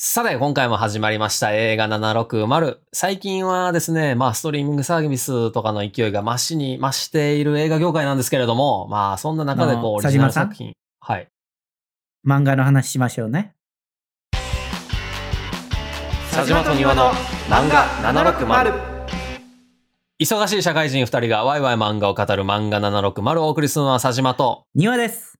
さて、今回も始まりました映画760。最近はですね、まあ、ストリーミングサービスとかの勢いが増しに増している映画業界なんですけれども、まあ、そんな中でこう、オあのリジナル佐島さん作品。はい。漫画の話しましょうね。佐島と庭の漫画760。忙しい社会人2人がワイワイ漫画を語る漫画760をお送りするのは佐島と、庭です。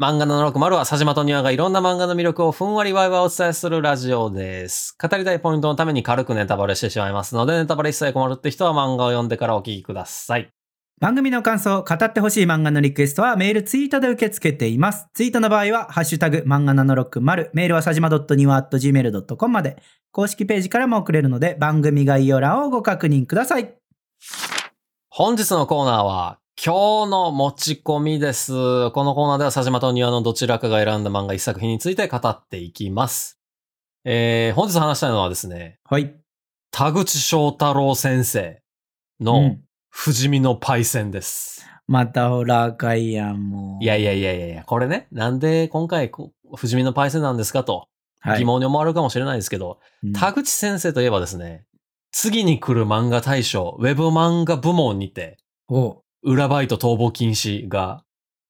漫画760は佐島と庭がいろんな漫画の魅力をふんわりわいわいお伝えするラジオです。語りたいポイントのために軽くネタバレしてしまいますので、ネタバレ一切困るって人は漫画を読んでからお聞きください。番組の感想、語ってほしい漫画のリクエストはメール、ツイートで受け付けています。ツイートの場合は、ハッシュタグ、漫画760、メールはさじま .niwa.gmail.com まで、公式ページからも送れるので、番組概要欄をご確認ください。本日のコーナーは、今日の持ち込みです。このコーナーでは佐島と庭のどちらかが選んだ漫画一作品について語っていきます。えー、本日話したいのはですね、はい。田口翔太郎先生うのん不死身のパイセンです。またホラーかいやん、もう。いやいやいやいやいや、これね、なんで今回こ、不死身のパイセンなんですかとはい、疑問に思われるかもしれないですけど、うん田口先生といえばですね、次に来る漫画大賞、ウェブ漫画部門にて、おう裏バイト逃亡禁止が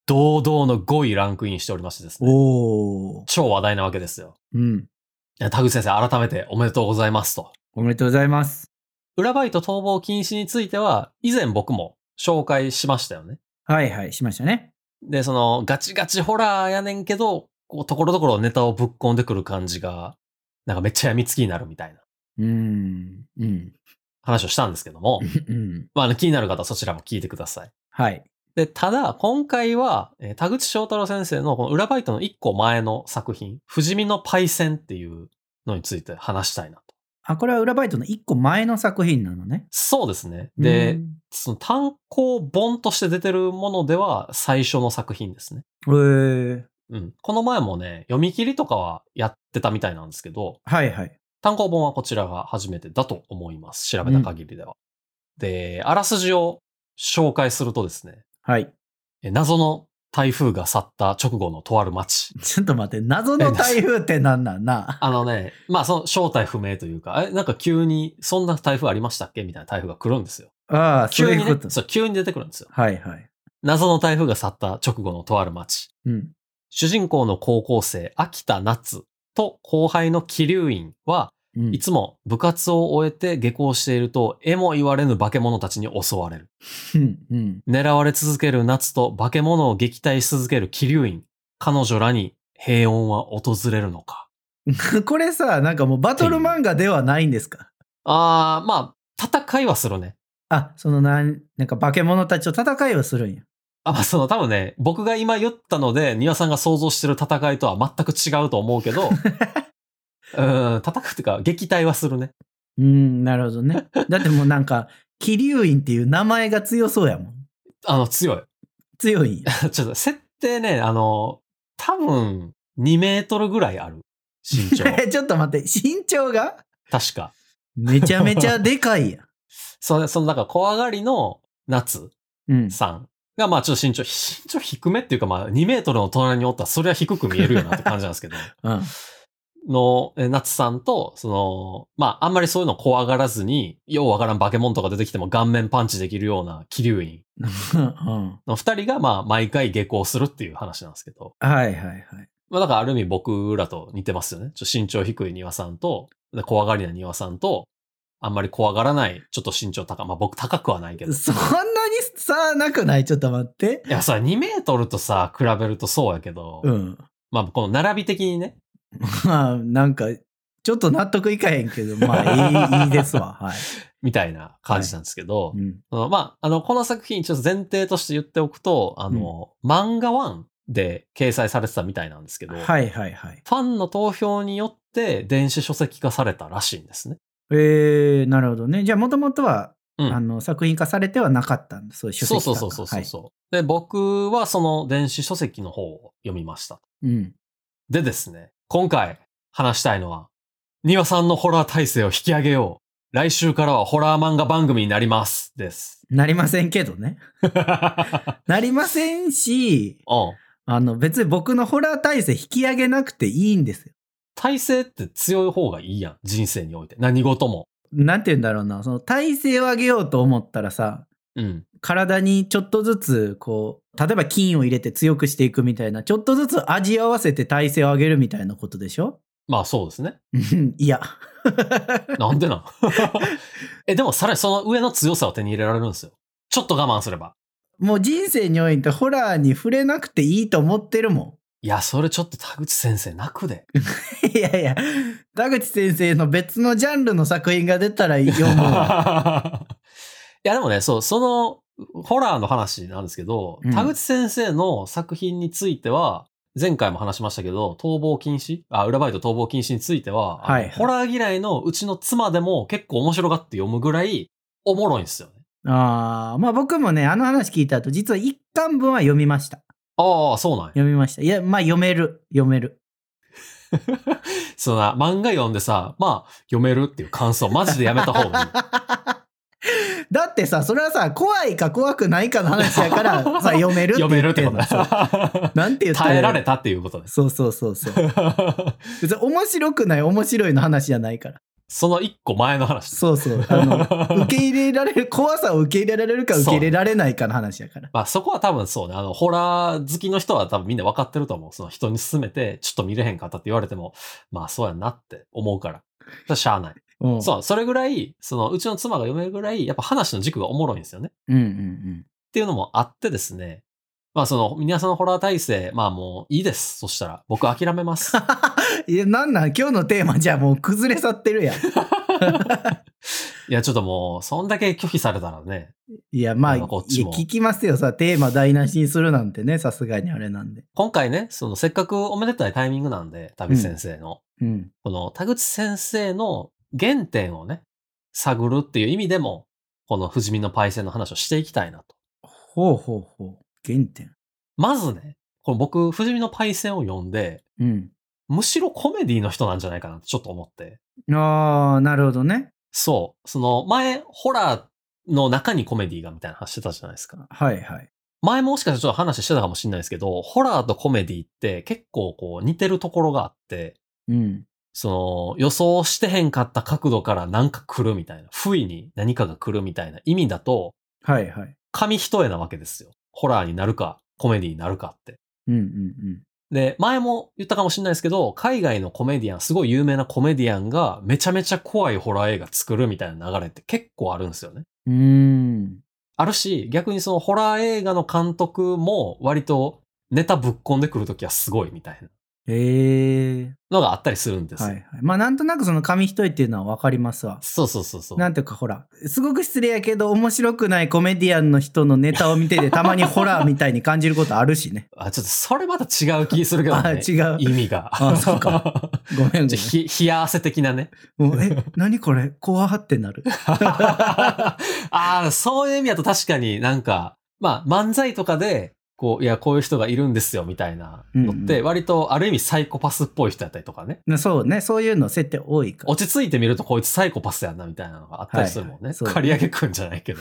堂々の5位ランクインしておりましてですね、おう超話題なわけですよ。うん。いや田口先生、改めておめでとうございますと。おめでとうございます。裏バイト逃亡禁止については、以前僕も紹介しましたよね。はいはい、しましたね。で、その、ガチガチホラーやねんけど、こう、ところどころネタをぶっ込んでくる感じが、なんかめっちゃ病みつきになるみたいなうん。うん。話をしたんですけども、うん。まああの、気になる方はそちらも聞いてください。はい。で、ただ、今回は、えー田口翔太郎先生のこの裏バイトの一個前の作品、不死身のパイセンっていうのについて話したいなと。あ、これは裏バイトの一個前の作品なのね。そうですね。で、うんその単行本として出てるものでは最初の作品ですね。えー、うん。この前もね、読み切りとかはやってたみたいなんですけど、はいはい。単行本はこちらが初めてだと思います。調べた限りでは。で、あらすじを紹介するとですね、はい。 え謎の台風が去った直後のとある町。ちょっと待って、謎の台風ってなんなんな。あのね、まあその正体不明というか、え、なんか急にそんな台風ありましたっけみたいな台風が来るんですよ。 ああ、そう急いにうこねと。、そう、急に出てくるんですよ。はいはい。謎の台風が去った直後のとある町。うん。主人公の高校生、秋田夏と後輩の桐生院は、うんい、つも部活を終えて下校していると、えも言われぬ化け物たちに襲われる。うん。うん。 狙われ続ける夏と化け物を撃退し続ける桐生院。彼女らに平穏は訪れるのか。これさ、なんかもうバトル漫画ではないんですかあー、まあ、戦いはするね。あ、そのなん、なんか化け物たちと戦いをするんや。あ、まあ、その多分ね、僕が今言ったので、庭さんが想像してる戦いとは全く違うと思う けど、うーん、戦うっていうか、撃退はするね。うん、なるほど ね。だってもうなんか、桐生院っていう名前が強そうやもん。あの、強い。 強いんや。ちょっと、設定ね、あの、多分、2メートルぐらいある。身 長。えちょっと待って、身長が確か。めちゃめちゃでかいやん。その、その、なんか、怖がりの夏 うん。さんが、まあ、ちょっと身長、身長低めっていうか、まあ、2メートルの隣におったら、それは低く見えるよなって感じなんです けど。うん。の、え夏さんと、その、まあ、あんまりそういうの怖がらずに、ようわからん化け物とか出てきても顔面パンチできるような気流院うん。の二人が、まあ、毎回下校するっていう話なんですけど、はいはいはい。まあ、だからある意味僕らと似てますよね。ちょ身長低い庭さんと、で怖がりな庭さんと、あんまり怖がらない、ちょっと身長高い、まあ、僕高くはないけど。いそんなに差なくないちょっと待って。や、さ、2メートルとさ、比べるとそうやけど、うん。まあ、この並び的にね、まあ、なんか、ちょっと納得いかへんけど、まあ、いい、いいですわ。はい。みたいな感じなんですけど、うん。そのまあ、あの、この作品、ちょっと前提として言っておくと、あの、漫画1で掲載されてたみたいなんですけど、フはいはいはい。ァンの投票によって電子書籍化されたらしいんですね。えー、なるほどね。じゃあ、もともとは、うんあの、作品化されてはなかったんだ。そういう書籍そう化そうそうそうそうそう、で、僕はその電子書籍の方を読みました。はいうん。でですね、今回話したいのは、庭さんのホラー体制を引き上げよう。来週からはホラー漫画番組になります。 です。なりませんけどね。うん。なりませんし、あの、別に僕のホラー体制引き上げなくていいんですよ。体勢って強い方がいいやん。人生において。何事も。なんて言うんだろうな、その体勢を上げようと思ったらさ、うん。体にちょっとずつ、こう、例えば筋を入れて強くしていくみたいな、ちょっとずつ味合わせて体勢を上げるみたいなことでしょ まあそうですね。うんいや。なんでなんえ、でもさらにその上の強さを手に入れられるんですよ。ちょっと我慢すれば。もう人生においてホラーに触れなくていいと思ってるもいや、それちょっと田口先生泣くで。ん。 いやいや、田口先生の別のジャンルの作品が出たら読い むわ。や、でもね、そう、その、ホラーの話なんですけど、うん田口先生の作品については、前回も話しましたけど、逃亡禁止あ、裏バイト逃亡禁止については、あのはいはいホラー嫌いのうちの妻でも結構面白がって読むぐらい、おもろいんですよね。ああ、まあ僕もね、あの話聞いた後、実は一巻分は読みました。ああ、そうなんや。読みました。いや、まあ読める、読める。そんな、漫画読んでさ、まあ、読めるっていう感想、マジでやめた 方がいい。だってさ、それはさ、怖いか怖くないかの話 やから、さ、読めるって読め言るっっててこんとの。そうだ。なんて言った耐えられた。たっていうこと です。そうそうそうそう。別に面白くない、面白いの話じゃないから。その一個前の話。そうそう。あの、受け入れられる、怖さを受け入れられるか受け入れられないかの話やから。まあそこは多分そうね、あの、ホラー好きの人は多分みんな分かってると思う。その人に勧めて、ちょっと見れへんかったって言われても、まあそうやんなって思うから。それはしゃあない。うん。そう、それぐらい、その、うちの妻が読めるぐらい、やっぱ話の軸がおもろいんですよね。うんうんうん。っていうのもあってですね。まあその、皆さんのホラー体制、まあもういいです。そしたら、僕諦め ます。いや、なんなん今日のテーマじゃもう崩れ去ってるやん。いや、ちょっともう、そんだけ拒否されたらね。いや、まあ、いまやあこっちも聞きますよ。さ、テーマ台無しにするなんてね、さすがにあれなんで。今回ね、その、せっかくおめでたいタイミングなんで、田口先生の。うん。この田口先生の原点をね、探るっていう意味でも、この富士見のパイセンの話をしていきたいなと。ほうほうほう。原点。まずね、この僕、富士見のパイセンを読んで、うん。むしろコメディの人なんじゃないかなってちょっと思って。ああ、なるほどね。そう。その前、ホラーの中にコメディがみたいな話してたじゃないですか。はいはい。前もしかしたらちょっと話してたかもしれないですけど、ホラーとコメディって結構こう似てるところがあって、うん。その予想してへんかった角度からなんか来るみたいな、不意に何かが来るみたいな重みだと、はいはい。紙一重なわけですよ。ホラーになるか、コメディになるかって。うんうんで、前も言ったかもしれないですけど、海外のコメディアン、すごい有名なコメディアンがめちゃめちゃ怖いホラー映画作るみたいな流れって結構あるんですよね。うん。うーん。あるし、逆にそのホラー映画の監督も割とネタぶっ込んでくるときはすごいみたいなええのがあったりするんですはよ。いはい。まあ、なんとなくその紙一重っていうのはわかりますわ。そうそうそうそう。なんていうかほら、すごく失礼やけど、面白くないコメディアンの人のネタを見 てて、たまにホラーみたいに感じることあるしね。あ、ちょっとそれまた違う気するけど あね。違う。意味が。あそうか ごめんごめんちょひ、冷や汗的なね。もう。え、何これ怖ってな る。ああ、そういう意味だと確かになんか、まあ漫才とかで、こう、いや、こういう人がいるんですよ、みたいなのっうんて、うん割とある意味サイコパスっぽい人やったりとかね。なそうね、そういうの設定多いから。落ち着いてみるとこいつサイコパスやんな、みたいなのがあったりするもんね。はいそう刈り上げくんじゃない けど。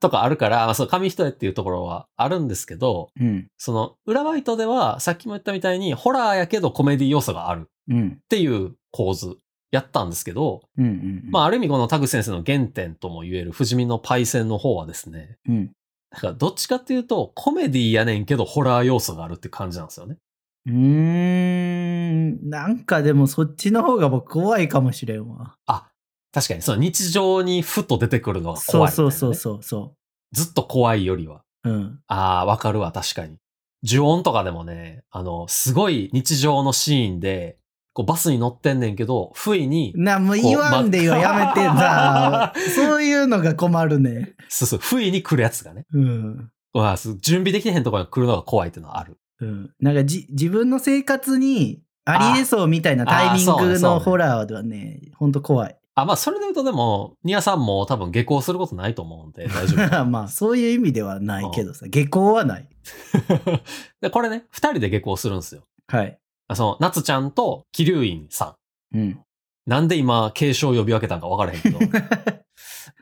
とかあるから、まあそう、紙一重っていうところはあるんですけど、うん。その、裏バイトでは、さっきも言ったみたいに、ホラーやけどコメディ要素があるっうん。ていう構図やったんですけど、うんうん。まあ、ある意味このタグ先生の原点とも言える不死身のパイセンの方はですね、あ、うん。だからどっちかっていうとコメディやねんけどホラー要素があるって感じなんですよね。うーん。なんかでもそっちの方が僕怖いかもしれんわ。あ、確かにその日常にふと出てくるのがそ怖ういみたいなそね、うそうそうそずっと怖いよりは。う。うん。ああ、わかるわ、確かに。呪音とかでもね、あの、すごい日常のシーンで、こうバスに乗ってんねんけど、不意に、な、もう言わんでよ、こうやめてな。そういうのが困るね。そうそう、不意に来るやつがね、うん。うわす準備できてへんところに来るのが怖いっていうのはある。うん。なんかじ、自分の生活にありえそうみたいなタイミンあーそうねグそうねのホラーではね、ほんと怖い。 あ、まあ、それで言うとでも、ニアさんも多分下校することないと思うんで、大丈夫。まあ、そういう意味ではないけどさ、下校はない。 で、これね、二人で下校するんですよ。はい。あその、夏ちゃんと桐生院さうん。 ん。なんで今、継承を呼び分けたんか分からへんけど、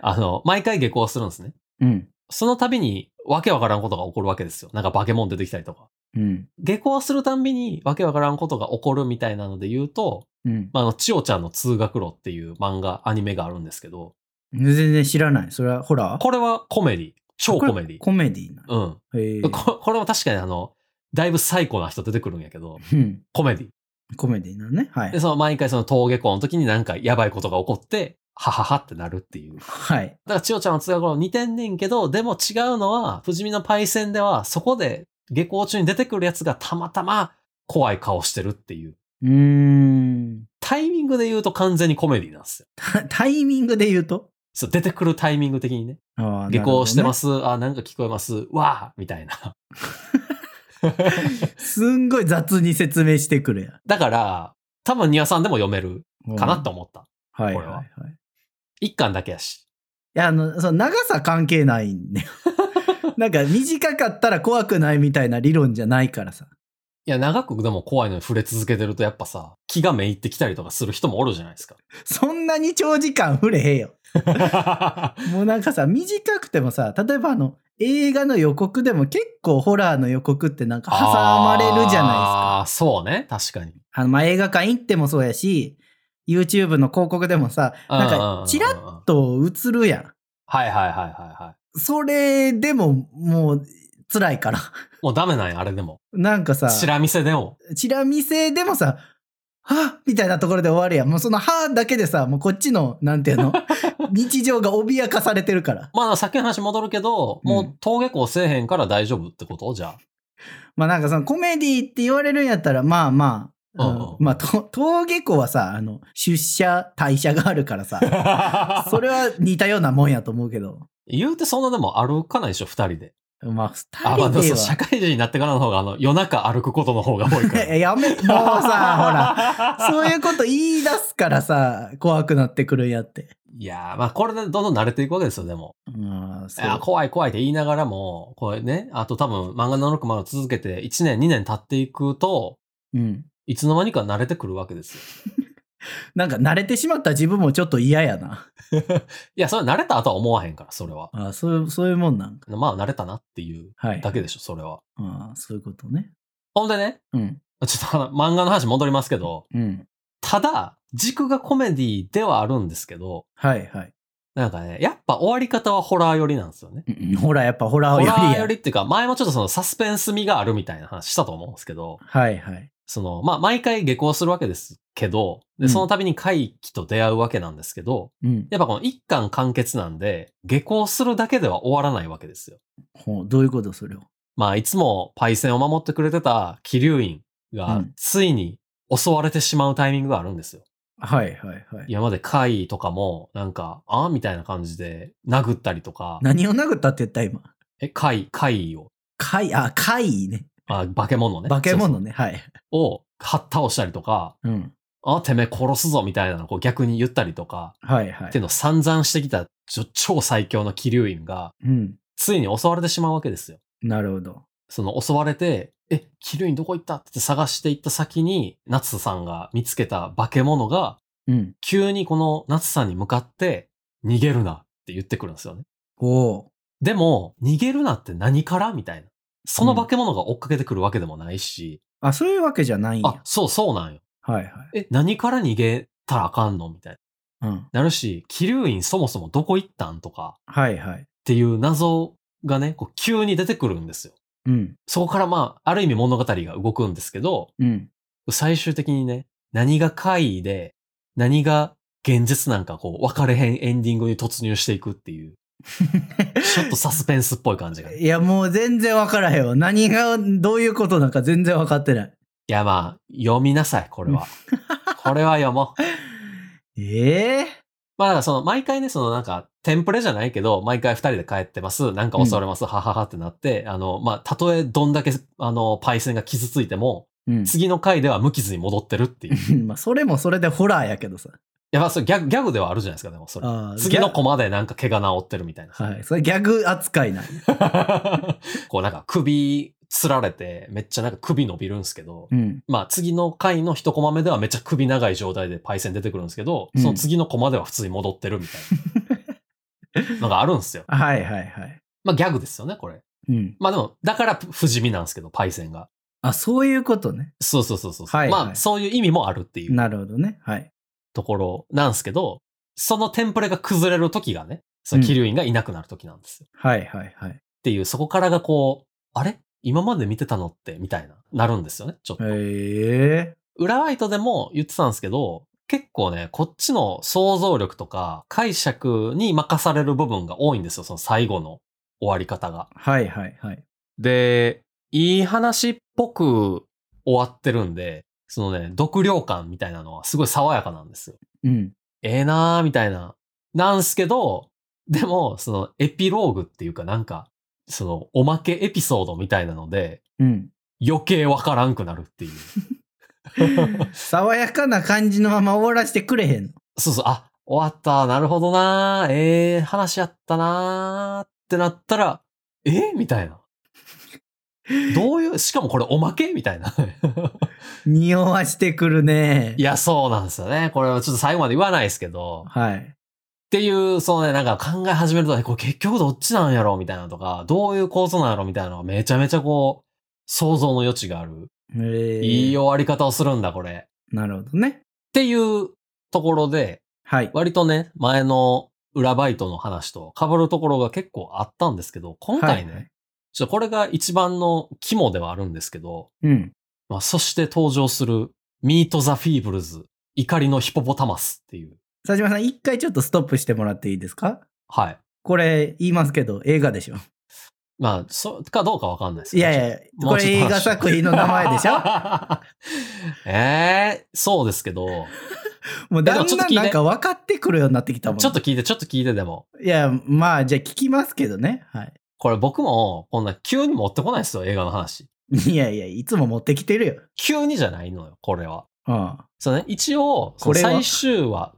あの、毎回下校するんですね。うん。その度にわけわからんことが起こるわけですよ。なんか化け物出てきたりとか。うん。下校するたんびにわけわからんことが起こるみたいなので言うと、うん。まあ、あの、千代ちゃんの通学路っていう漫画、アニメがあるんですけど、全然知らない。それはホラーこれはコメディ。超コメディ。コメディなの。うん。へえ。ここれも確かにあの、だいぶ最高な人出てくるんやけど、うん。コメディ。コメディなのね。はで、い。その毎回その登下校の時になんかやばいことが起こって、はははってなるっていう。だかはい。ら千代ちゃんの通学路似てんねんけど、でも違うのは、不死身のパイセンでは、そこで下校中に出てくるやつがたまたま怖い顔してるっていう。うーん。 タイミングで言うと完全にコメディなんですよ。タタイミングで言うとそう、出てくるタイミング的にね。あー下校してま。なるす。あ、なんか聞こえます。わーみたいな。ほどねすんごい雑に説明してくるやだから、多分ニアさんでも読めるん。かなと思った。うん。はいこはいれははい。一巻だけやし。いや、あの、その長さ関係ないん だよ。なんか短かったら怖くないみたいな理論じゃないからさ。いや、長くでも怖いのに触れ続けてるとやっぱさ、気がめいってきたりとかする人もおるじゃないですか。そんなに長時間触れへんよ。はもうなんかさ、短くてもさ、例えばあの、映画の予告でも結構ホラーの予告ってなんか 挟まれるじゃないでいですか。すか。そうね、確かに。あの、まあ、映画館行ってもそうやし、YouTube の広告でもさ、なんか、チラッッ。と映るやはいはいはいはいはん。それでも、もう、辛いから。い。もうダメなんや、あれでも。なん かさ、チラ見せでも。チラ見せでもさ、はみたいなところで終わるやん。もうそのはだけでさ、もうこっちの、なんてい うの、日常が脅かされてるから。まあ、さっきの話戻るけど、もう登下校せえへんから大丈夫ってことじゃまあなんかそのコメディって言われるんやったら、まあまあ、うんうん、うんまあ、と登下校はさ、あの、出社、退社があるからさ あ。 それは似たようなもんやと思うけど。言うてそんなでも歩かないでしょ、二人で。まあ、あ、まあ、二人ででも社は。会人になってからの方が、あの、夜中歩くことの方が多い から。やめ、もうさ、ほら、そうう。いうこと言い出すからさ、怖くなってくるんやって。いやー、まあ、これでどんどん慣れていくわけですよ、でも。うん、そいやう。怖い怖いって言いながらも、これね、あと多分、漫画760を続けて、1年、2年経っていくと、うん。いつの間にか慣れてくるわけですよ。なんか慣れてしまった自分もちょっと嫌やな。いや、それは慣れたとは思わへんから、それは。あそういう、そういうもんなんか。まあ、慣れたなっていうはい。だけでしょ、それは。あそういうことね。ほんでね、うん。ちょっとあの漫画の話戻りますけど、うん。ただ、軸がコメディではあるんですけど、はいはい。なんかね、やっぱ終わり方はホラー寄りなんですよね。うんほら、やっぱホラホーよりラや。ー寄りっていうか、前もちょっとそのサスペンス味があるみたいな話したと思うんですけど、はいはい。その、まあ、毎回下校するわけですけど、うで、んその度に怪奇と出会うわけなんですけど、うん。やっぱこの一巻完結なんで、下校するだけでは終わらないわけですよ。ほうどういうことそれを。まあ、いつもパイセンを守ってくれてた気流院うがん、ついに襲われてしまうタイミングがあるんですよ。はいはいはい。今まで怪異とかも、なんか、ああみたいな感じで殴ったりとか、何を殴ったって言った今。え、怪異、怪異を、怪、あ、怪異ね。あ、化け物ね。化けそう物ね。はい。そうを、はっ倒したりとか、うん。あ、てめえ殺すぞみたいなのをこう逆に言ったりとか、はいはっていい。うのを散々してきたちょ超最強の気流院が、うん。ついに襲われてしまうわけですよ。なるほど。その襲われて、え、気流院どこ行ったって探していった先に、夏さんが見つけた化け物が、うん。急にこの夏さんに向かって、逃げるなって言ってくるんですよね。おう。でも、逃げるなって何からみたいな。その化け物が追っかけてくるわけでもないし、あ、そういうわけじゃないんあや、。そうそうなんよ。はいはい。え、何から逃げたらあかんのみたいうん。な。なるし、気流院そもそもどこ行ったんとか、はいはい。っていう謎がね、こう急に出てくるんですよ。うん。そこからまあ、ある意味物語が動くんですけど、うん。最終的にね、何が怪異で、何が現実なんかこう、分かれへんエンディングに突入していくっていう、ちょっとサスペンスっぽい感じがね。いいや、もう全然わからへんわ。何が、どういうことなんか全然わかってない。やまあ、読みなさい、これは。これは読もう。ええまあだからその、毎回ね、そのなんか、テンプレじゃないけど、毎回二人で帰ってます、なんか襲われます、はははってなって、あの、まあ、たとえどんだけ、あの、パイセンが傷ついても、次の回では無傷に戻ってるっていう。うん。 まあ、それもそれでホラーやけどさ。やばそうギャグ、ギャグではあるじゃないですか、でもそれ。あー次のギャコマでなんか毛が治ってるみたいな。はい。それギャグ扱いなんや。 こうなんか首つられて、めっちゃなんか首伸びるんですけど、うん。まあ次の回の一コマ目ではめっちゃ首長い状態でパイセン出てくるんですけど、うんその 次のコマでは普通に戻ってるみたいなのがあるんですよ。はいはいはい。まあギャグですよね、これ。うん。まあでも、だから不死身なんですけど、パイセンが。あ、そういうことね。そうそうそうそう。はいまはあ、いそういう意味もあるっていうなるほどね。はい。ところなんですけど、そのテンプレが崩れる時がね、そのうんキリュウインがいなくなる時なんですよ。っはいはいはい。ていう、そこからがこう、あれ今まで見てたのって、みたいな、なるんですよね、ちょっと。へえ裏ワイトでも言ってたんですけど、結構ね、こっちの想像力とか解釈に任される部分が多いんですよ、その最後の終わり方が。はいはいはい。で、いい話っぽく終わってるんで、そのね、独量感みたいなのはすごい爽やかなんですよ。うん。ええなーみたいな。なんすけど、でも、そのエピローグっていうかなんか、そのおまけエピソードみたいなので、うん。余計わからんくなるっていう。 爽やかな感じのまま終わらせてくれへんの。そうそう、あ、終わった、なるほどなーええ話やったなーってなったら、えみたいな。どういう、しかもこれおまけみたいな。匂わしてくるね。いや、そうなんですよね。これはちょっと最後まで言わないですけど。はい。っていう、そのね、なんか考え始めると、えこれ結局どっちなんやろみたいなのとか、どういう構造なんやろみたいなのがめちゃめちゃこう、想像の余地がある。えーいい終わり方をするんだ、これ。っなるほどね。ていうところで、はい。割とね、前の裏バイトの話と被るところが結構あったんですけど、今回ね、はいはいちょっとこれが一番の肝ではあるんですけど、うん。まあ、そして登場する、ミート・ザ・フィーブルズ、怒りのヒポポタマスっていう。佐島さん、一回ちょっとストップしてもらっていいですかはい。これ言いますけど、映画でしょ。まあ、そうかどうかわか んないですいけどやいや、もこうちょっと話れ映画作品の名前でしょ ええそうですけど、もうでだもんちょっとだ聞いてんなんか分かってくるようになってきたもん。ちょっと聞いて、ちょっと聞いてでも、いや、まあ、じゃあ聞きますけどね。はい。これ僕もこんな急に持ってこないですよ、映画の話。いやいや、いつも持ってきてるよ。急にじゃないのよ、これは。 うん。そうね、一応、そこのれは最終話、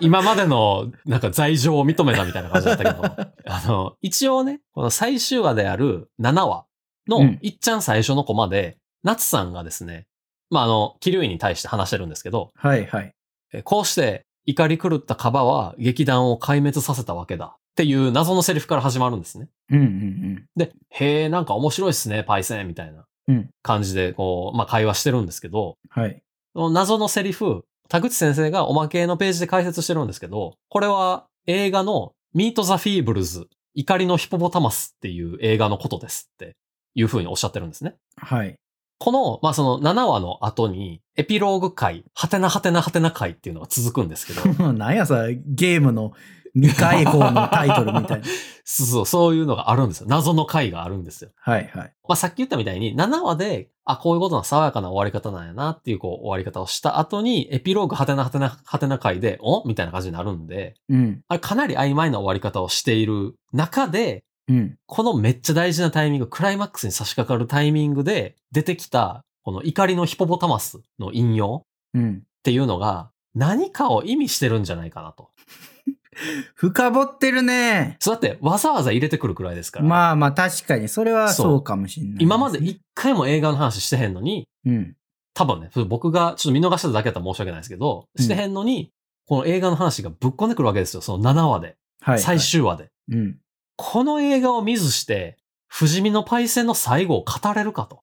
今までのなんか罪状を認めたみたいな感じだったけ ど、あの、一応ね、この最終話である7話のうんいっちゃん最初のコマで、夏さんがですね、まあ、あの、桐生に対して話してるんですけど、はいはい。えーこうして怒り狂ったカバは劇団を壊滅させたわけだっていう謎のセリフから始まるんですね。うんうんで、へえ、なんか面白いっすね、パイセンみたいなうん感じでこう、まあ会話してるんですけど、うん。はい。その謎のセリフ、田口先生がおまけのページで解説してるんですけど、これは映画のミート・ザ・フィーブルズ、怒りのヒポポタマスっていう映画のことですっていう風におっしゃってるんですね。はい。 この、まあ、その7話の後に、エピローグ回、ハテナハテナハテナ回っていうのが続くんですけど、なんやさ、ゲームの未開放のタイトル みたいな。そうそう、そういうのがあるんですよ。謎の回があるんですよ。はいはい。まあ、さっき言ったみたいに、7話で、あ、こういうことの爽やかな終わり方なんやなっていう、こう、終わり方をした後に、エピローグ、はてなはてな、はてな回で、おみたいな感じになるんで、うん。あれかなり曖昧な終わり方をしている中で、うん。このめっちゃ大事なタイミング、クライマックスに差し掛かるタイミングで出てきた、この怒りのヒポポタマスの引用っうん。ていうのが、何かを意味してるんじゃないかなと。深掘ってるね。そうだって、わざわざ入れてくるくらいですから。まあまあ確かに、それはそうそうかもしんない。今まで一回も映画の話してへんのに、うん。多分ね、それ僕がちょっと見逃してただけだったら申し訳ないですけど、うんしてへんのに、この映画の話がぶっこんでくるわけですよ。その7話で、はい。最。終話で。うん。この映画を見ずして、不死身のパイセンの最後を語れるかと。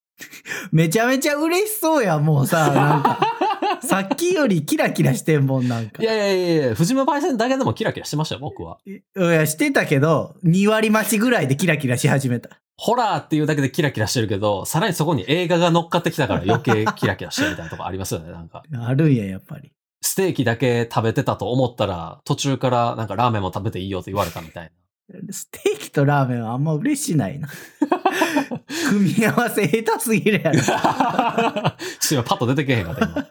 めちゃめちゃ嬉しそうや、もうさ、なんか。さっきよりキラキラしてんもん、なん か。いやいやいやいや、不死身のパイセンだけでもキラキラしてましたよ、僕は。いや、してたけど、2割増しぐらいでキラキラし始めた。ホラーっていうだけでキラキラしてるけど、さらにそこに映画が乗っかってきたから余計キラキラしてるみたいなとこありますよね、なんか。あるんや、やっぱり。ステーキだけ食べてたと思ったら、途中からなんかラーメンも食べていいよって言われたみたいな。ステーキとラーメンはあんま嬉し ないな。組み合わせ下手すぎるや ろ。ちょっと今パッと出てけへんかった、今。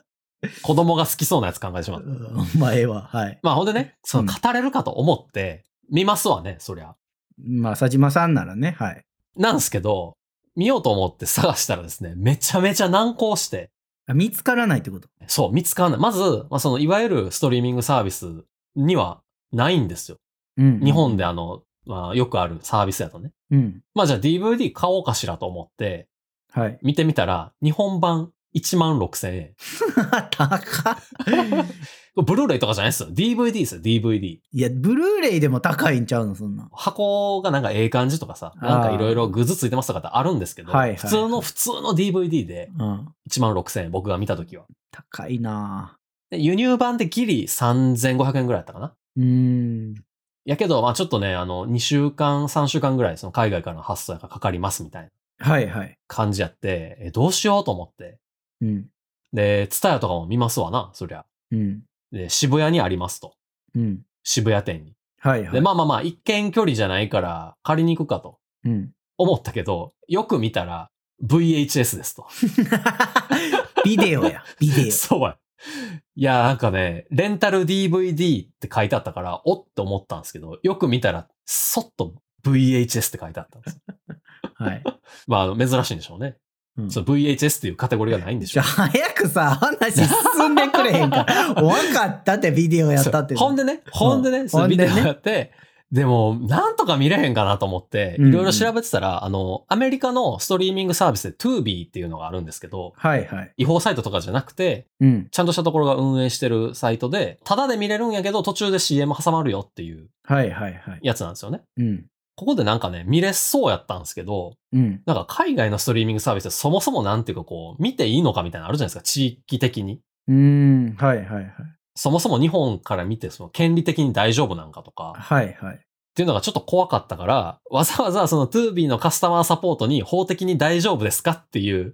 子供が好きそうなやつ考えてしまった。うんお前は、はい。まあほんでね、そうのん語れるかと思って、見ますわね、そりゃ。まあ、佐島さんならね、はい。なんすけど、見ようと思って探したらですね、めちゃめちゃ難航して、あ見つからないってこと。そう、見つからない。まず、まあ、その、いわゆるストリーミングサービスにはないんですよ。うん日本であの、まあ、よくあるサービスやとね。うん。まあじゃあ DVD 買おうかしらと思って、 はい。見てみたら、日本版1万6千円。高っブルーレイとかじゃないですよ。DVD ですよ、DVD。いや、ブルーレイでも高いんちゃうの、そんなん。箱がなんかええ感じとかさ、なんかいろいろグズついてますとかってあるんですけど、はいはい普通の、普通の DVD でうん。 1万6千円、僕が見たときは。高いなで輸入版でギリ3500円ぐらいだったかな。ぁうーん。やけど、まあちょっとね、あの、2週間、3週間ぐらい、その海外からの発送がかかりますみたいなはいはい。感じやって、え、どうしようと思って。うん。で、ツタヤとかも見ますわな、そりゃ。うん。で、渋谷にありますと。うん。渋谷店に。はいはい。で、まあまあまあ、一見距離じゃないから、借りに行くかとうん。 思ったけど、よく見たら、VHS ですと。ビデオや。ビデそうや。いや、なんかね、レンタル DVD って書いてあったから、おって思ったんですけど、よく見たら、そっと VHS って書いてあったんです。 オ。はい。まああの、珍しいんでしょうね。うんその VHS っていうカテゴリーがないんでしじょゃうあ。早くさ、話進んでくれへん から。おわかったってビデオやったって。そうほんでね、ほんでね、そのほんビでデねオやって、でも、なんとか見れへんかなと思って、うんうんいろいろ調べてたら、あの、アメリカのストリーミングサービスで Tubi っていうのがあるんですけど、はいはい。違法サイトとかじゃなくて、うん。ちゃんとしたところが運営してるサイトで、タダで見れるんやけど、途中で CM 挟まるよっていうはいはいはい。やつなんですよね。うん。ここでなんかね、見れそうやったんですけど、うん。なんか海外のストリーミングサービスってそもそもなんていうかこう、見ていいのかみたいなのあるじゃないですか、地域的に。うーん。はいはいはい。そもそも日本から見て、その権利的に大丈夫なんかとか、っはいはい。ていうのがちょっと怖かったから、わざわざその 2B のカスタマーサポートに法的に大丈夫ですかっていう、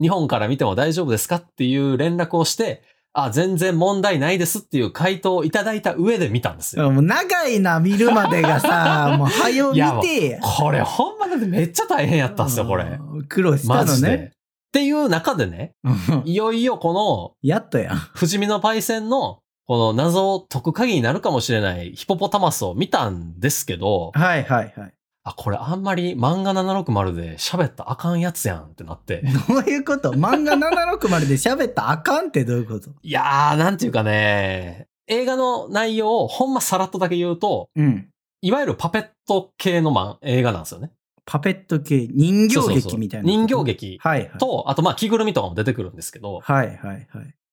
日本から見ても大丈夫ですかっていう連絡をして、あ、全然問題ないですっていう回答をいただいた上で見たんですよ。もう長いな、見るまでがさ、もう早よ見てや。これほんまだってめっちゃ大変やったんですよ、これ。うん。苦労したマのジで。ねっ。ていう中でね、うんいよいよこの やっとや。不死身のパイセンの、この謎を解く鍵になるかもしれないヒポポタマスを見たんですけど、はいはいはい。あ、これあんまり漫画760で喋ったらあかんやつやんってなって。どういうこと漫画760で喋ったらあかんってどういうこといやー、なんていうかね、映画の内容をほんまさらっとだけ言うと、うん。いわゆるパペット系のマン映画なんですよね。パペット系、人そう形そうそ劇うみたいなこと。人形劇はいはい。と、あとまあ着ぐるみとかも出てくるんですけど、はいはいはい。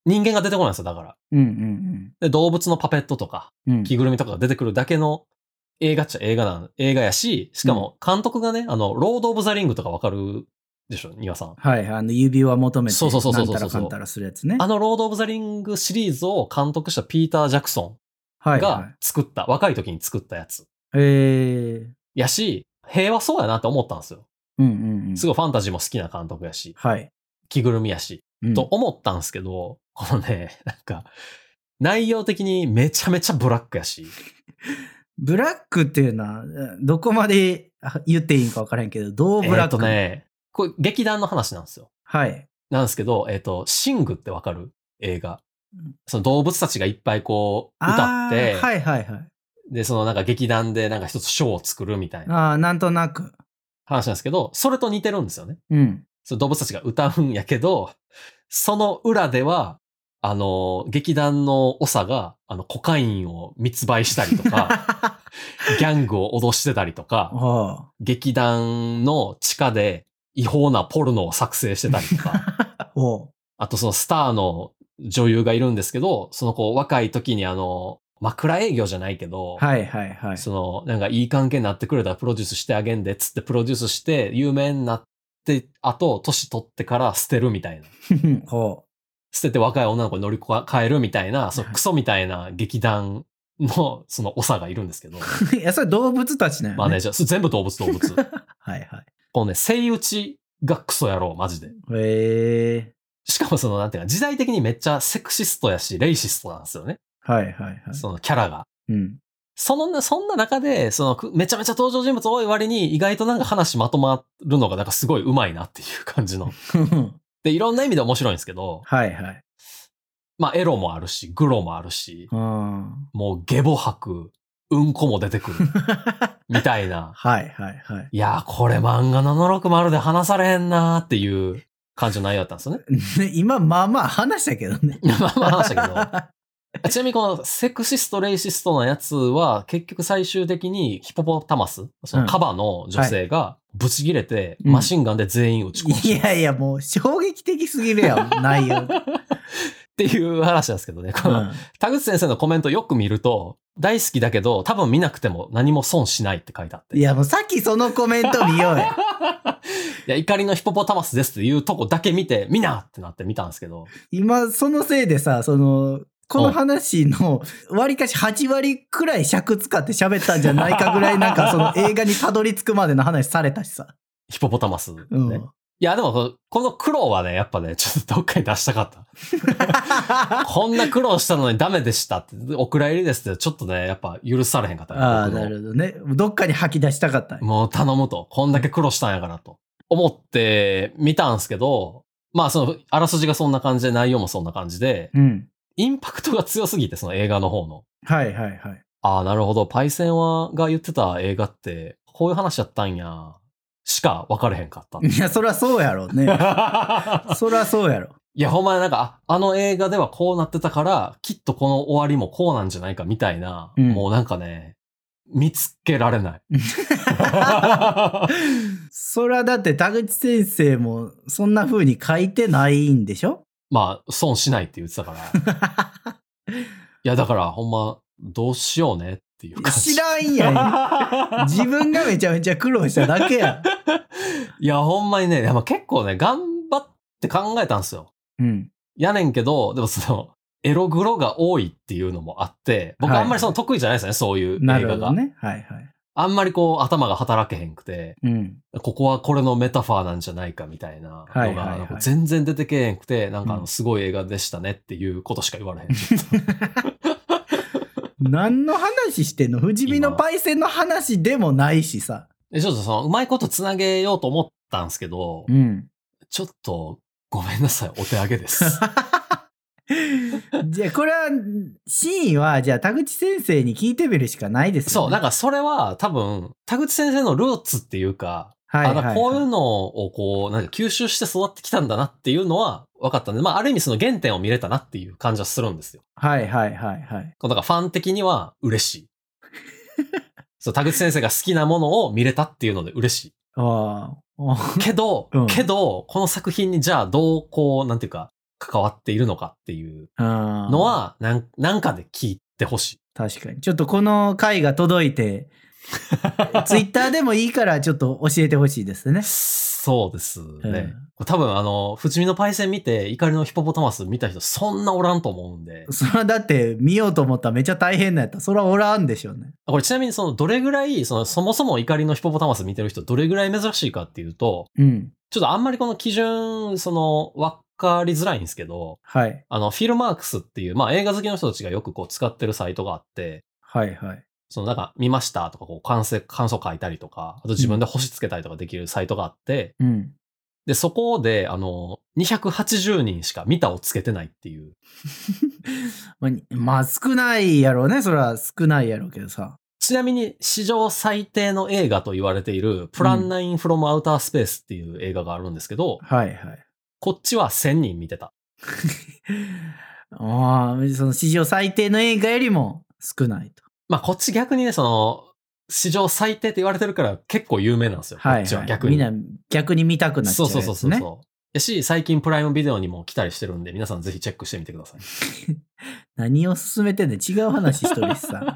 人間が出てこないんですよ、だから。うんうんで動物のパペットとか、うん。うん着ぐるみとかが出てくるだけの映画っちゃ映画なん、映画やし、しかも監督がね、あの、ロード・オブ・ザ・リングとかわかるでしょ、庭さん。はいはい、あの指輪求めて、そうそうそうそうそうなんたらかんたらするやつね。あの、ロード・オブ・ザ・リングシリーズを監督したピーター・ジャクソはンい、はが作った、若い時に作ったやつ。い。えー、やし、平和そうやなって思ったんですよ。うんうんうん。すごいファンタジーも好きな監督やし、はい。着ぐるみやし、うんと思ったんですけど、このね、なんか、内容的にめちゃめちゃブラックやし、ブラックっていうのは、どこまであ言っていいんか分からへんけど、どうブラッえーとク、ね、これ劇団の話なんですよ。はい。なんですけど、えっ、と、シングってわかる映画うん。その動物たちがいっぱいこう、歌あって、ーはいはいはい。で、そのなんか劇団でなんか一つショーを作るみたいなああ、なんとなく。話なんですけど、それと似てるんですよね。うん。その動物たちが歌うんやけど、その裏では、あの、劇団の長が、あの、コカインを密売したりと か、あギャングを脅してたりとか、あ。劇団の地下で違法なポルノを作成してたりとか、おうあとそのスターの女優がいるんですけど、その子若い時にあの、枕営業じゃないけど、はいはいはい。 そのなんかいい関係になってくれたらプロデュースしてあげんで、つってプロデュースして有名になって、あと年取ってから捨てるみたいな。お捨てて若い女の子に乗り換えるみたいな、そのはいクソみたいな劇団のその長がいるんです けど、う。いや、それ動物たちなんや、ね。マネージャー、全部動物動 物。はいはい。このね、生打ちがクソ野郎、マジで。へえしかもその、なんていうか、時代的にめっちゃセクシストやし、レイシストなんですよね。ー。はいはいはい。そのキャラが。うん。 その、そんな中で、その、くめちゃめちゃ登場人物多い割に、意外となんか話まとまるのが、なんかすごい上手いなっていう感じの。で、いろんな意味で面白いんですけど、はいはい。まあ、エロもあるし、グロもあるし、うん。 もう、ゲボ吐く、うんこも出てくる、みたいな。はいはいはい。いやー、これ漫画760で話されへんなーっていう感じの内容だったんですよね。 今まあまあ話したけどね。まあまあ話したけど。あちなみにこのセクシスト、レイシストなやつは、結局最終的にヒポポタマス、そのカバの女性が、ブチ切れて、うんマシンガンで全員撃ち殺いしやいや、もう衝撃的すぎるやん、内容。た。っていう話なんですけどね。こ の、田口先生のコメントよく見ると、大好きだけど、多分見なくても何も損しないって書いてあっうて。んいや、もうさっきそのコメント見ようや。いや、怒りのヒポポタマスですっていうとこだけ見て、見なってなって見たんですけど。今、そのせいでさ、その、こうのん話の、割かし8割くらい尺使って喋ったんじゃないかぐらい、なんかその映画にたどり着くまでの話されたしさ。ヒポポタマス、ねうん。 いや、でもこの、この苦労はね、やっぱね、ちょっとどっかに出したかった。こんな苦労したのにダメでしたって、お蔵入りですって、ちょっとね、やっぱ許されへんかったね、ああ、僕のなるほどね。どっかに吐き出したかったんや。もう頼むと、こんだけ苦労したんやからと思って見たんすけど、まあその、あらすじがそんな感じで内容もそんな感じで、うん。インパクトが強すぎて、その映画の方の。はいはいはい。ああ、なるほど、パイセンはが言ってた映画って、こういう話やったんや、しか分かれへんかっ た。いや、そりゃそうやろうね。 そりゃそうやろ。いや、ほんまになんか、ああの映画ではこうなってたから、きっとこの終わりもこうなんじゃないかみたいな、うんもうなんかね、見つけられ ない。そりゃだって田口先生もそんな風に書いてないんでしょまあ、損しないって言ってたから。いや、だから、ほんま、どうしようねっていう感じ。知らんやん。 自分がめちゃめちゃ苦労しただけやいや、ほんまにね、でも結構ね、頑張って考えたんですよ。ん。うん。やねんけど、でもその、エログロが多いっていうのもあって、僕はいあんまりその得意じゃないですよね、そういうな映る画ほが。どね。はいはい。あんまりこう、頭が働けへんくて、うん。ここはこれのメタファーなんじゃないかみたいなのはいはいはいが、なんか全然出てけへんくて、なんかあうんの、すごい映画でしたねっていうことしか言われへ ん。何の話してんの富士見のパイセンの話でもないしさ。でちょっとその、うまいことつなげようと思ったんですけど、ん。ちょっと、ごめんなさい、お手上げです。 じゃあこれは、シーンは、じゃあ田口先生に聞いてみるしかないですそよ、う、ね。なんかそれは多分、田口先生のルーツっていうか、はいはいあは、ないこういうのをこう、なんか吸収して育ってきたんだなっていうのは分かったんで、まあある意味その原点を見れたなっていう感じはするんですよ。はいはいはいはい。こうなんかファン的には嬉 しい。そう、田口先生が好きなものを見れたっていう ので嬉しああ。い。けど、うんけど、この作品にじゃあどうこう、なんていうか、関わっているのかっていうののは、なんなんかで聞いてほしい。確かに。ちょっとこの回が届 いて、ツイッターでもいいからちょっと教えてほしいですね。そうですね。うんこれ多分あの、不死身のパイセン見て、怒りのヒポポタマス見た人そんなおらんと思うんで。それはだって見ようと思ったらめちゃ大変なやったらそれはおらんでしょうね。これちなみにその、どれぐらい、その、そもそも怒りのヒポポタマス見てる人どれぐらい珍しいかっていうと、うん。ちょっとあんまりこの基準、その、わかりづらいんですけど、はい。あの、フィルマークスっていう、まあ映画好きの人たちがよくこう使ってるサイトがあって、はいはい。そのなんか見ましたとかこう感想、感想書いたりとか、あと自分で星つけたりとかできるサイトがあって、うん。で、そこで、あの、280人しか見たをつけてないっていう。まあにまあ少ないやろうね。それは少ないやろうけどさ。ちなみに、史上最低の映画と言われている、プランナインフロムアウタースペースっていう映画があるんですけど、はいはい。こっちは1000人見てた。ああ、その史上最低の映画よりも少ないと。まあ、こっち逆にね、その、史上最低って言われてるから結構有名なんですよ。はい、こっちは。はい逆に。みんな逆に見たくなっちゃそううやつ、ね。そうそうそうそう。やし、最近プライムビデオにも来たりしてるんで、皆さんぜひチェックしてみてください。 何を進めてんねん違う話しとるし さ。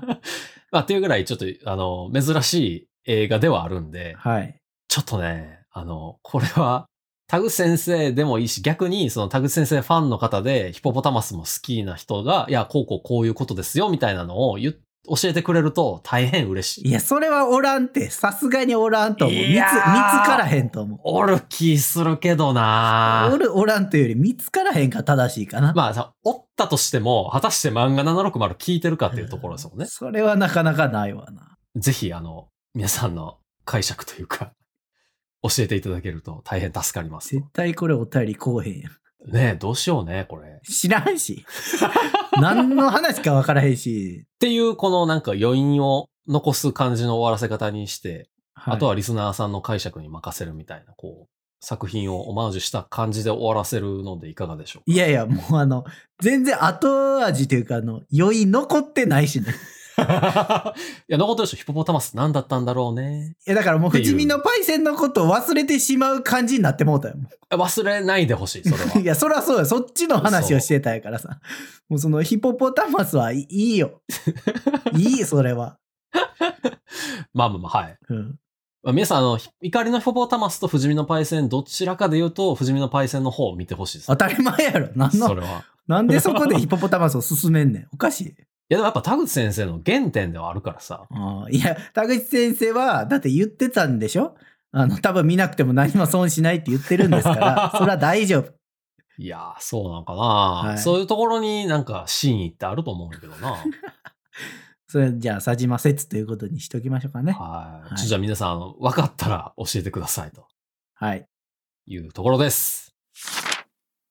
まあ、っていうぐらいちょっと、あの、珍しい映画ではあるんで、はい。ちょっとね、あの、これは、タグ先生でもいいし、逆に、そのタグ先生ファンの方で、ヒポポタマスも好きな人が、いや、こうこうこういうことですよ、みたいなのを言っ教えてくれると大変嬉しい。いや、それはおらんって。さすがにおらんと思う。見つ、い見つやーからへんと思う。おる気するけどなおる、おらんというより見つからへんが正しいかな。まあさ、おったとしても、果たして漫画760聞いてるかっていうところですもんね。それはなかなかないわな。ぜひ、あの、皆さんの解釈というか、 教えていただけると大変助かります絶。対これお便りこうへんやん。ねえ、どうしようね、これ。っ知らんし。何の話かわからへんし。ていう、このなんか余韻を残す感じの終わらせ方にして、はいあとはリスナーさんの解釈に任せるみたいな、こ作品をオマージュした感じで終わらせるのでいかがでしょういやいや、もうあの、全然後味というか、あの、余韻残ってないしね。か いや、残ってるでしょ。ヒポポタマス何だったんだろうね。いや、だからもう、っていう不死身のパイセンのことを忘れてしまう感じになってもうたよ。忘れないでほしい、それいは。や、そりゃそうよ。そっちの話をしてたやからさ。もうそのヒポポタマスはい いよ。いい、それは。まあまあまあ、はい。うん。まあ皆さん、あの、ひ怒りのヒポポタマスと不死身のパイセン、どちらかで言うと、不死身のパイセンの方を見てほしいです当。たり前やろ。なんその、れは。なんでそこでヒポポタマスを進めんねん。おかしいい。や、でもやっぱ田口先生の原点ではあるからさ。あーいや、田口先生は、だって言ってたんでしょあの、多分見なくても何も損しないって言ってるんです から、それは大丈夫。いやー、そうなんかな、いそういうところになんか真意ってあると思うんだけど な。それじゃあ、佐島説ということにしときましょうかね。はい。ちょはいっとじゃあ皆さんあの、分かったら教えてくださいとはい。いうところです。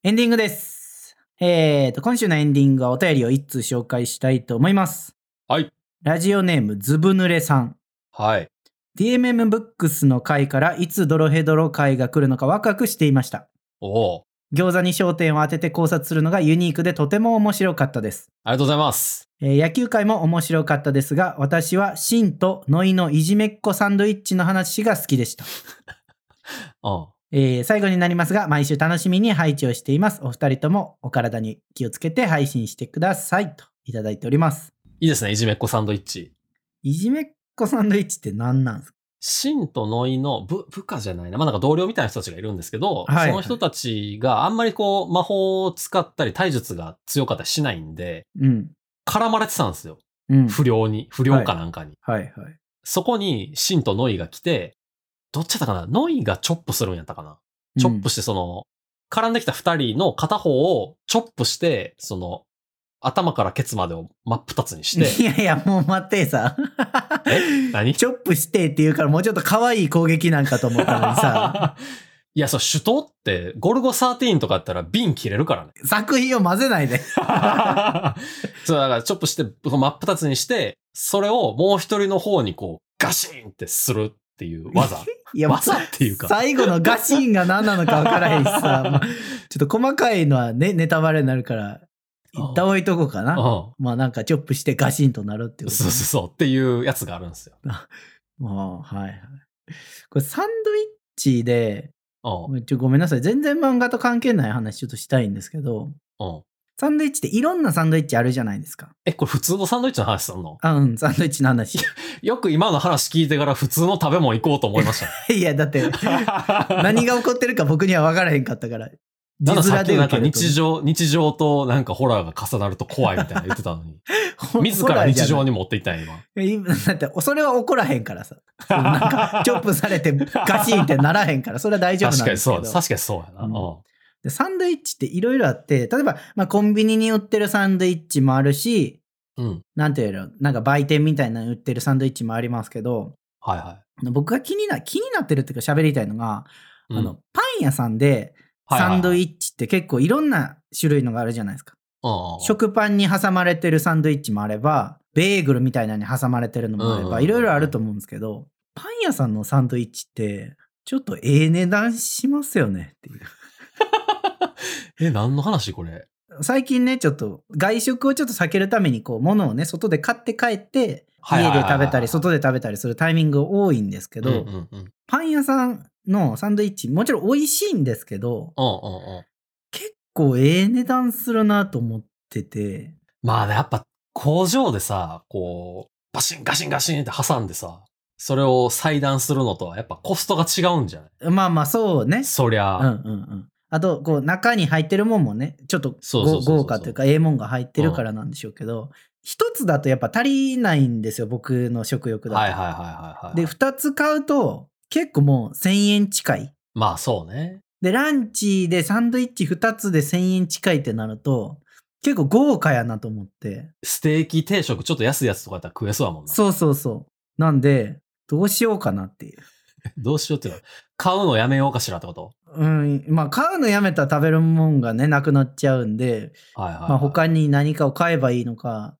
エンディングです。えーと、今週のエンディングはお便りを一通紹介したいと思います。はい。ラジオネーム、ずぶ濡れさん。はい。 DMM ブックスの回からいつドロヘドロ回が来るのかワクワクしていました。おお餃子に焦点を当てて考察するのがユニークでとても面白かったです。ありがとうございます。えー野球界も面白かったですが、私はシンとノイのいじめっ子サンドイッチの話が好きでした。うん。えー最後になりますが、毎週楽しみに配置をしています。お二人ともお体に気をつけて配信してくださいといただいております。いいですね、いじめっ子サンドイッチ。いじめっ子サンドイッチって何なんですかシンとノイの部部下じゃないな。まあなんか同僚みたいな人たちがいるんですけど、はいその人たちがあんまりこう魔法を使ったり体術が強かったりしないんで、うん。絡まれてたんですよ。うん。不良に。不良かなんかに。はいはい。そこにシンとノイが来て、どっちだったかなノイがチョップするんやったかな、チョップしてその、絡んできた二人の片方をチョップして、その、頭からケツまでを真っ二つにしい て、やいや、もう待ってさ。 え何チョップしてって言うからもうちょっと可愛い攻撃なんかと思ったの にさ、いや、そう、手刀って、ゴルゴ13とかやったら瓶切れるからね。作品を混ぜないで。そう、だからチョップして、こう真っ二つにして、それをもう一人の方にこう、ガシーンってするっていう技。 いや、技っていうか。最後のガシーンが何なのか分からへんし さ、まあちょっと細かいのはね、ネタバレになるから、一旦置いとこうかうん。な。そまあなんかチョップしてガシンとなるってうこと、そうそう。っていうやつがあるんですよ。まあはいはい。これサンドイッチで、うん。ちょごめんなさい、全然漫画と関係ない話ちょっとしたいんですけど、うん。サンドイッチっていろんなサンドイッチあるじゃないですか。え、これ普通のサンドイッチの話すんのあ、うん、サンドイッチの話。 よく今の話聞いてから普通の食べ物行こうと思いましいや、だって、た。 何が起こってるか僕には分からへんかったから。ただ字さっ面きでなん受けかると日常、日常となんかホラーが重なると怖いみたいな言ってたの に。ほ自ら日常ほに持っていったんや今。らじゃないだって、それは怒らへんからさ。そのなんか、チョップされてガシーンってならへんから、それは大丈夫 確なかんでにすけそど。うだ。確かにそうやな。うんうんでサンドイッチっていろいろあって、例えば、まあ、コンビニに売ってるサンドイッチもあるし、うん。なんていうの、なんか売店みたいなの売ってるサンドイッチもありますけど、はいはい。僕が気にな、気になってるっていうか喋りたいのが、うんあの、、パン屋さんで、サンドイッチ。ッチって結構いろんな種類のがあるじゃないですか。うんうんうん食パンに挟まれてるサンドイッチもあればベーグルみたいなのに挟まれてるのもあれうんうんうんうばんいろいろあると思うんですけどパン屋さんのサンドイッチってちょっとええ値段しますよねっていうえ、何の話これ最近ねちょっと外食をちょっと避けるためにこう物をね外で買って帰ってはいは家いはいではい食べたり外で食べたりするタイミングが多いんですけけど、うんうんうん。うんパン屋さんのサンドイッチもちろん美味しいんですけどうんうん。結構ええ値段するなと思っててまあね、やっぱ工場でさ、こう、バシンガシンガシンって挟んでさ、それを裁断するのとはやっぱコストが違うんじゃないまあまあそうねそりゃ、うんうんうん。あと、こう、中に入ってるもんもね、ちょっとそうそうそうごそう豪華というか、ええもんが入ってるからなんでしょうけど、一つだとやっぱ足りないんですよ、僕の食欲だと。はいはいはいはいはい。で、二つ買うと、結構もう1000円近い。まあそうね。で、ランチでサンドイッチ二つで1000円近いってなると、結構豪華やなと思って。ステーキ定食ちょっと安いやつとかやったら食えそうやもんな。そうそうそう。なんで、どうしようかなっていう。どうしようっていうの買うのやめようかしらってことうん、まあ買うのやめたら食べるもんがね、なくなっちゃうんで、はいはい、はい。まあ、他に何かを買えばいいのか、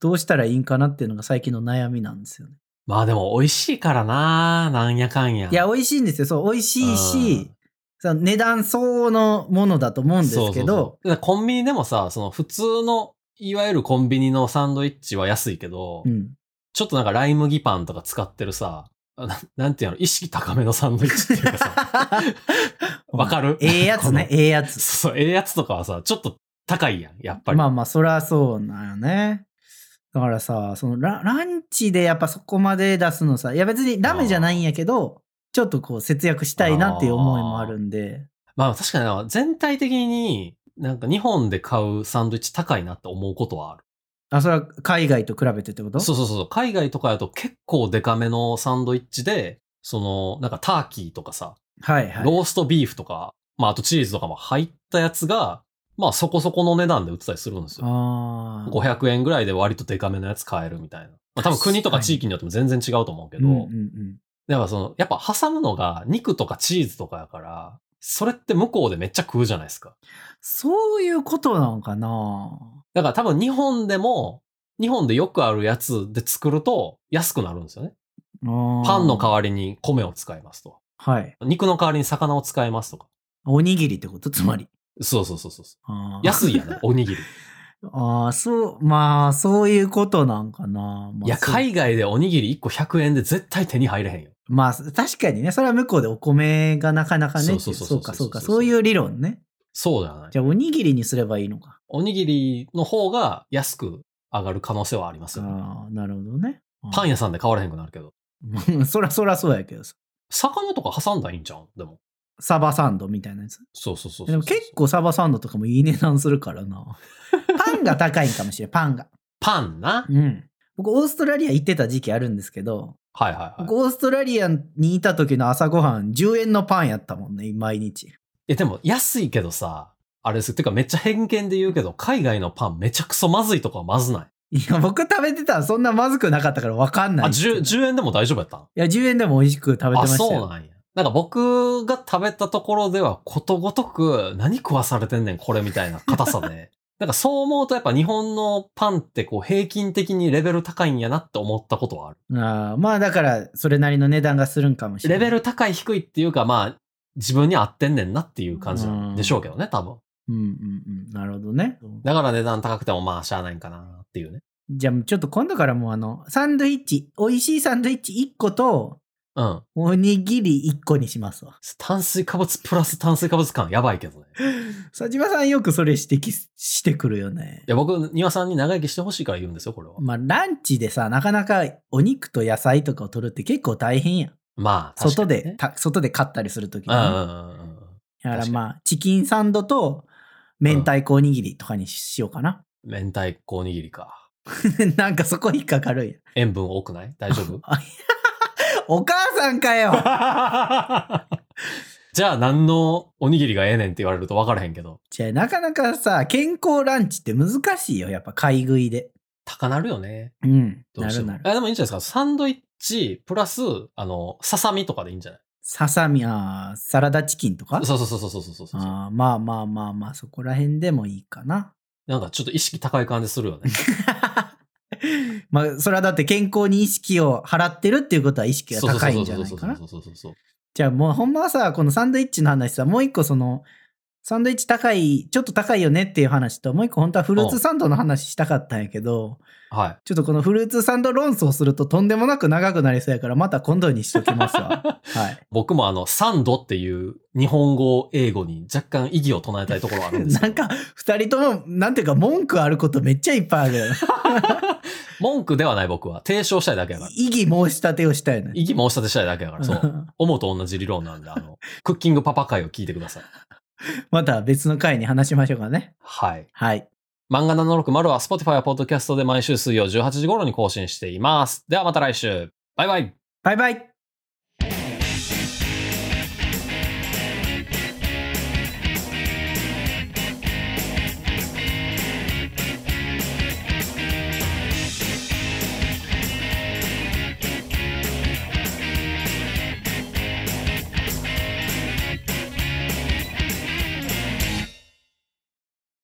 どうしたらいいんかなっていうのが最近の悩みなんですよね。まあでも美味しいからな、なんやかんや。いや、美味しいんですよ。そう、美味しいし、その値段相応のものだと思うんですそうそけうそど、うだからコンビニでもさ、その普通の、いわゆるコンビニのサンドイッチは安いけど、うん。ちょっとなんかライ麦パンとか使ってるさ、あななんていうの、意識高めのサンドイッチっていうか さ、わかるええやつね、こええやのつ。そう、ええやつとかはさ、ちょっと高いやん、やっぱり。まあまあ、そりゃそうなんよね。だからさ、そのラランチでやっぱそこまで出すのさ、いや別にダメじゃないんやけど、ちょっとこう節約したいなっていう思いもあるんで、まあ確かにな全体的になんか日本で買うサンドイッチ高いなって思うことはある。あ、それは海外と比べてってことそうそうそう。海外とかだと結構デカめのサンドイッチで、そのなんかターキーとかさ、はいはい。ローストビーフとか、まああとチーズとかも入ったやつが、まあそこそこの値段で売ってたりするんですよ。ああ。 500円ぐらいで割とデカめのやつ買えるみたいな。まあ多分国とか地域によっても全然違うと思うけど、うんうんうん。だからその、やっぱ挟むのが肉とかチーズとかやから、それって向こうでめっちゃ食うじゃないですか。そういうことなのかなだから多分日本でも、日本でよくあるやつで作ると安くなるんですよね。パパンの代わりに米を使いますと。はい。肉の代わりに魚を使いますとか。おにぎりってことつまり。そうそうそうそう。あー安いやね、おにぎり。 あー、そう、まあ、そういうことなんかな。まあ、いや、そう海外でおにぎり1個100円で絶対手に入れへんよ。まあ、確かにね、それは向こうでお米がなかなかね、そうそうそうそそううそか、うそうか、そういう理論ね。そうじゃないじ。ゃあ、おにぎりにすればいいのか。おにぎりの方が安く上がる可能性はありますよ、ね。ああ、なるほどね。パン屋さんで買われへんくなるけど。うん そらそらそうやけどさ。魚とか挟んだらいいんじゃんでも。サバサンドみたいなやつ。そうそうそうそうでも結構サバサンドとかもいい値段するから な。パンが高いんかもしれん、パンが。パンな。うん。僕、オーストラリア行ってた時期あるんですけど、はいはいはい。僕、オーストラリアにいた時の朝ごはん、10円のパンやったもんね、毎日。え、でも安いけどさ、あれですよ。てかめっちゃ偏見で言うけど、海外のパンめちゃくそまずいとかはまずない。いや、僕食べてたらそんなまずくなかったから分かんないあ、っすよ10、10円でも大丈夫やったんいや、10円でも美味しく食べてまあ、したそうよ。なんや。なんか僕が食べたところではことごとく何食わされてんねんこれみたいな硬さ で。なんかそう思うとやっぱ日本のパンってこう平均的にレベル高いんやなって思ったことはある。あーまあ、だから、それなりの値段がするんかもしれなレい。ベル高い低いっていうかまあ自分に合ってんねんなっていう感じなんでしょうけどね多分。うんうんうん。なるほどね。だから値段高くてもまあしゃあないんかなっていうね。じゃあ、ちょっと今度からもう、あの、サンドイッチ、美味しいサンドイッチ1個と、うん。おにぎり1個にしますわ。炭水化物プラス炭水化物感やばい けどね。佐島さんよくそれ指摘ししてくるよねい。や、僕、庭さんに長生きしてほしいから言うんですよ、これは。まあ、ランチでさ、なかなかお肉と野菜とかを取るって結構大変やん。まあ、確外かにで、ね。た外で買ったりするときにうね。んだうんうんうん。から確かにまあ、チキンサンドと、明太子おにぎりとかにしようかな。 明太子おにぎりか。なんかそこ引っかかるんやん。塩分多くない大丈 夫お母さん かよじゃあ何のおにぎりがええねんって言われると分からへんけど、じゃあなかなかさ、健康ランチって難しいよ。やっぱ買い食いで。高なるよね。うん。どなうしてるも。なる。あでもいいんじゃないですか。サンドイッチ、プラス、あの、ささみとかでいいんじゃないささみ、あーサラダチキンとかそうそうそうそうそうそうそう。あーまあまあまあまあ、そこら辺でもいいかな。なんかちょっと意識高い感じするよね。 まあ、それはだって健康に意識を払ってるっていうことは意識がそうそう高いそんうじゃそうないそうそかうなそ。うそうそうそう。じゃあもうほんまはさ、このサンドイッチの話さ、もう一個その、サンドイッチ高い、ちょっと高いよねっていう話と、もう一個本当はフルーツサンドの話したかったんやけど、はい。ちょっとこのフルーツサンド論争するととんでもなく長くなりそうやから、また今度にしときますわ。はい。僕もあの、サンドっていう日本語、英語に若干意義を唱えたいところはあるんです なけんど、か、二人とも、なんていうか、文句あることめっちゃいっぱいあるよね。文句ではない僕は。提唱したいだけやから。 異議申し立てをしたよね。意義申し立てしたいだけやから、そう。思うと同じ理論なんで、あの、クッキングパパ会を聞いてください。 また別の回に話しましょうかね。はい。はい。漫画760は Spotify や Podcast で毎週水曜18時頃に更新しています。ではまた来週。バイバイ。バイバイ